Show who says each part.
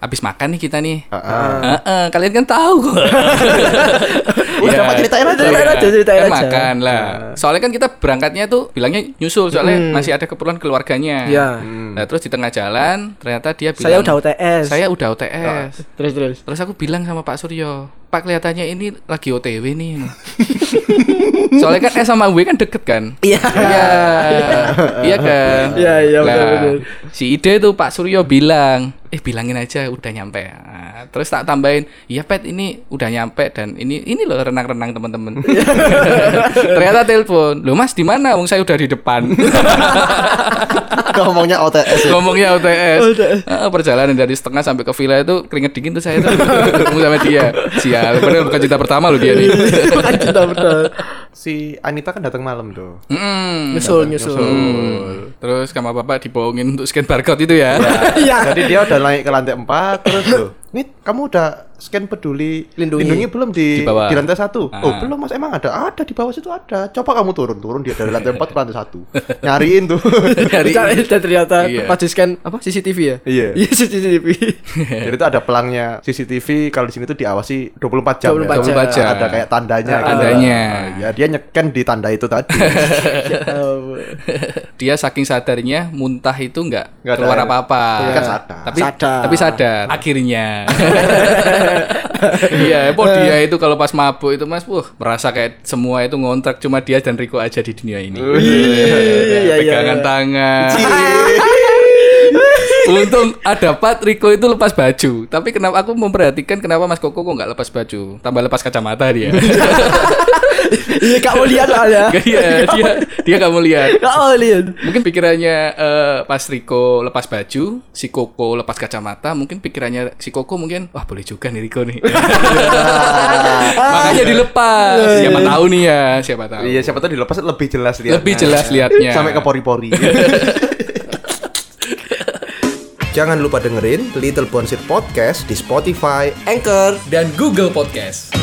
Speaker 1: abis makan nih kita nih.
Speaker 2: Heeh.
Speaker 3: Ah.
Speaker 1: Heeh, kalian kan tahu gua.
Speaker 2: Udah,
Speaker 1: Iya.
Speaker 2: apa ceritain aja?
Speaker 1: Iya,
Speaker 3: Ceritain aja, ceritain
Speaker 1: kan
Speaker 3: aja. Iya.
Speaker 1: makan lah. Soalnya kan kita berangkatnya tuh bilangnya nyusul soalnya masih ada keperluan keluarganya.
Speaker 3: Hmm. Iya.
Speaker 1: Nah, terus di tengah jalan ternyata dia bilang
Speaker 3: Saya udah UTS.
Speaker 1: Saya udah OTS.
Speaker 3: Ah,
Speaker 4: Terus terus.
Speaker 1: Terus aku bilang sama Pak Suryo, Pak kelihatannya ini lagi OTW nih. Soalnya kan S sama W kan deket kan?
Speaker 3: Iya.
Speaker 1: Iya, iya kan?
Speaker 4: Iya, iya,
Speaker 1: Nah,
Speaker 4: benar-benar.
Speaker 1: Si ide tuh Pak Suryo bilang, eh bilangin aja udah nyampe. Nah, terus tak tambahin, iya Pet ini udah nyampe dan ini ini loh renang-renang teman-teman. Ternyata telepon, lo Mas di mana? Wong saya udah di depan.
Speaker 2: Ah. Ngomongnya OTS ya.
Speaker 1: Ngomongnya OTS. Ah, perjalanan dari setengah sampai ke villa itu keringet dingin tuh saya tuh ketemu sama dia. Sial, padahal bukan cinta pertama loh dia nih.
Speaker 3: Makan cinta betul.
Speaker 2: Si Anita kan datang malam tuh.
Speaker 1: Mm.
Speaker 3: Nyusul nyusul.
Speaker 1: Hmm. Terus sama bapak dibohongin untuk scan barcode itu ya.
Speaker 3: Iya.
Speaker 2: Jadi dia udah naik ke lantai 4 terus loh. Nih, kamu udah scan peduli
Speaker 3: Lindungi.
Speaker 2: belum
Speaker 1: Di
Speaker 2: di
Speaker 1: bawah.
Speaker 2: di lantai 1? Oh,
Speaker 1: Ah.
Speaker 2: belum Mas. Emang ada? Ada di bawah situ ada. Coba kamu turun-turun dia dari lantai 4 ke lantai 1. Nyariin tuh.
Speaker 1: Dari
Speaker 3: Cari- Dan Kan ternyata
Speaker 1: Iya.
Speaker 3: pas di scan apa CCTV ya?
Speaker 2: Iya.
Speaker 3: Iya CCTV.
Speaker 2: Jadi itu ada pelangnya CCTV kalau di sini tuh diawasi 24 jam. ya.
Speaker 3: 24 jam.
Speaker 1: 24 jam.
Speaker 2: Ada kayak tandanya. gitu.
Speaker 1: Tandanya.
Speaker 2: Ya dia nyeken di tanda itu tadi.
Speaker 3: Ya ampun.
Speaker 1: dia saking sadarnya muntah itu nggak
Speaker 2: Nggak ada
Speaker 1: keluar
Speaker 2: air.
Speaker 1: apa-apa.
Speaker 2: Kan sadar.
Speaker 1: Tapi
Speaker 3: Sadar.
Speaker 1: tapi sadar akhirnya. Iya, po dia itu kalau pas mabuk itu Mas, wah merasa kayak semua itu ngontrak cuma dia dan Riko aja di dunia ini.
Speaker 3: iya,
Speaker 1: Pegangan
Speaker 3: iya.
Speaker 1: tangan. Untung ada Pat Riko itu lepas baju. Tapi kenapa aku memperhatikan kenapa Mas Koko kok nggak lepas baju? Tambah lepas kacamata dia.
Speaker 3: Iya Kak mau lihat soalnya.
Speaker 1: Iya, dia dia kamu lihat.
Speaker 3: Kak mau lihat.
Speaker 1: Mungkin pikirannya eh, pas Riko lepas baju, si Koko lepas kacamata, mungkin pikirannya si Koko mungkin wah boleh juga nih Riko nih. Makanya dilepas. Siapa tahu nih ya, siapa tahu.
Speaker 2: Iya, siapa tahu dilepas lebih jelas lihatnya.
Speaker 1: Lebih jelas lihatnya.
Speaker 2: Sampai ke pori-pori. Jangan lupa dengerin Little Bonsir Podcast di Spotify,
Speaker 3: Anchor.
Speaker 1: dan Google Podcast.